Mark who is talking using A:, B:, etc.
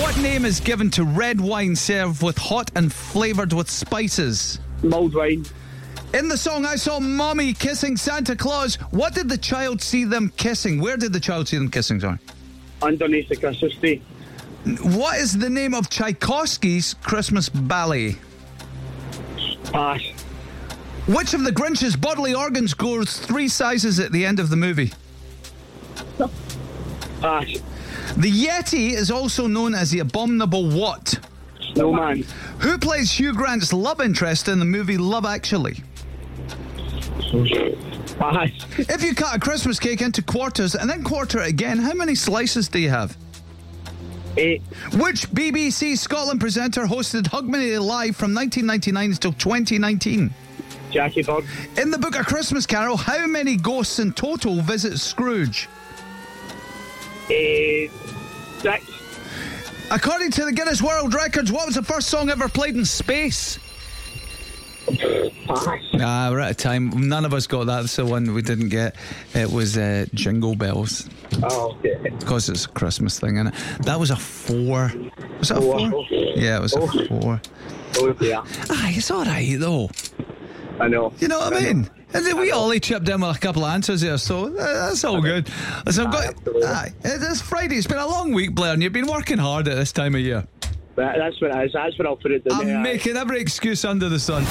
A: What name is given to red wine served with hot and flavoured with spices?
B: Mulled wine.
A: In the song I Saw Mommy Kissing Santa Claus, what did the child see them kissing? Where did the child see them kissing, sorry?
B: Underneath the Christmas tree.
A: What is the name of Tchaikovsky's Christmas ballet?
B: Pass.
A: Which of the Grinch's bodily organs grows three sizes at the end of the movie?
B: Pass.
A: The Yeti is also known as the Abominable What?
B: Snowman.
A: Who plays Hugh Grant's love interest in the movie Love Actually?
B: Pass.
A: If you cut a Christmas cake into quarters and then quarter it again, how many slices do you have?
B: Eight.
A: Which BBC Scotland presenter hosted Hogmanay Live from 1999 until 2019?
B: Jackie Bird.
A: In the book A Christmas Carol, how many ghosts in total visit Scrooge?
B: Eh, six.
A: According to the Guinness World Records, what was the first song ever played in space?
B: Pass.
A: Ah, we're out of time. None of us got that. That's the one we didn't get. It was uh, Jingle Bells.
B: Oh, yeah.
A: Because it's a Christmas thing, innit? That was a four. Was that a
B: Oh,
A: four?
B: oh.
A: Yeah, it was
B: Oh.
A: a four.
B: Oh, yeah.
A: Ah, it's all right, though.
B: I know.
A: You know what I mean? And then we only chipped in with a couple of answers there, so uh, that's all good. Listen, I've got.
B: absolutely.
A: Aye, it's Friday. It's been a long week, Blair, and you've been working hard at this time of year.
B: That, that's what it is. That's what I'll put it down
A: I'm
B: there.
A: making every excuse under the sun.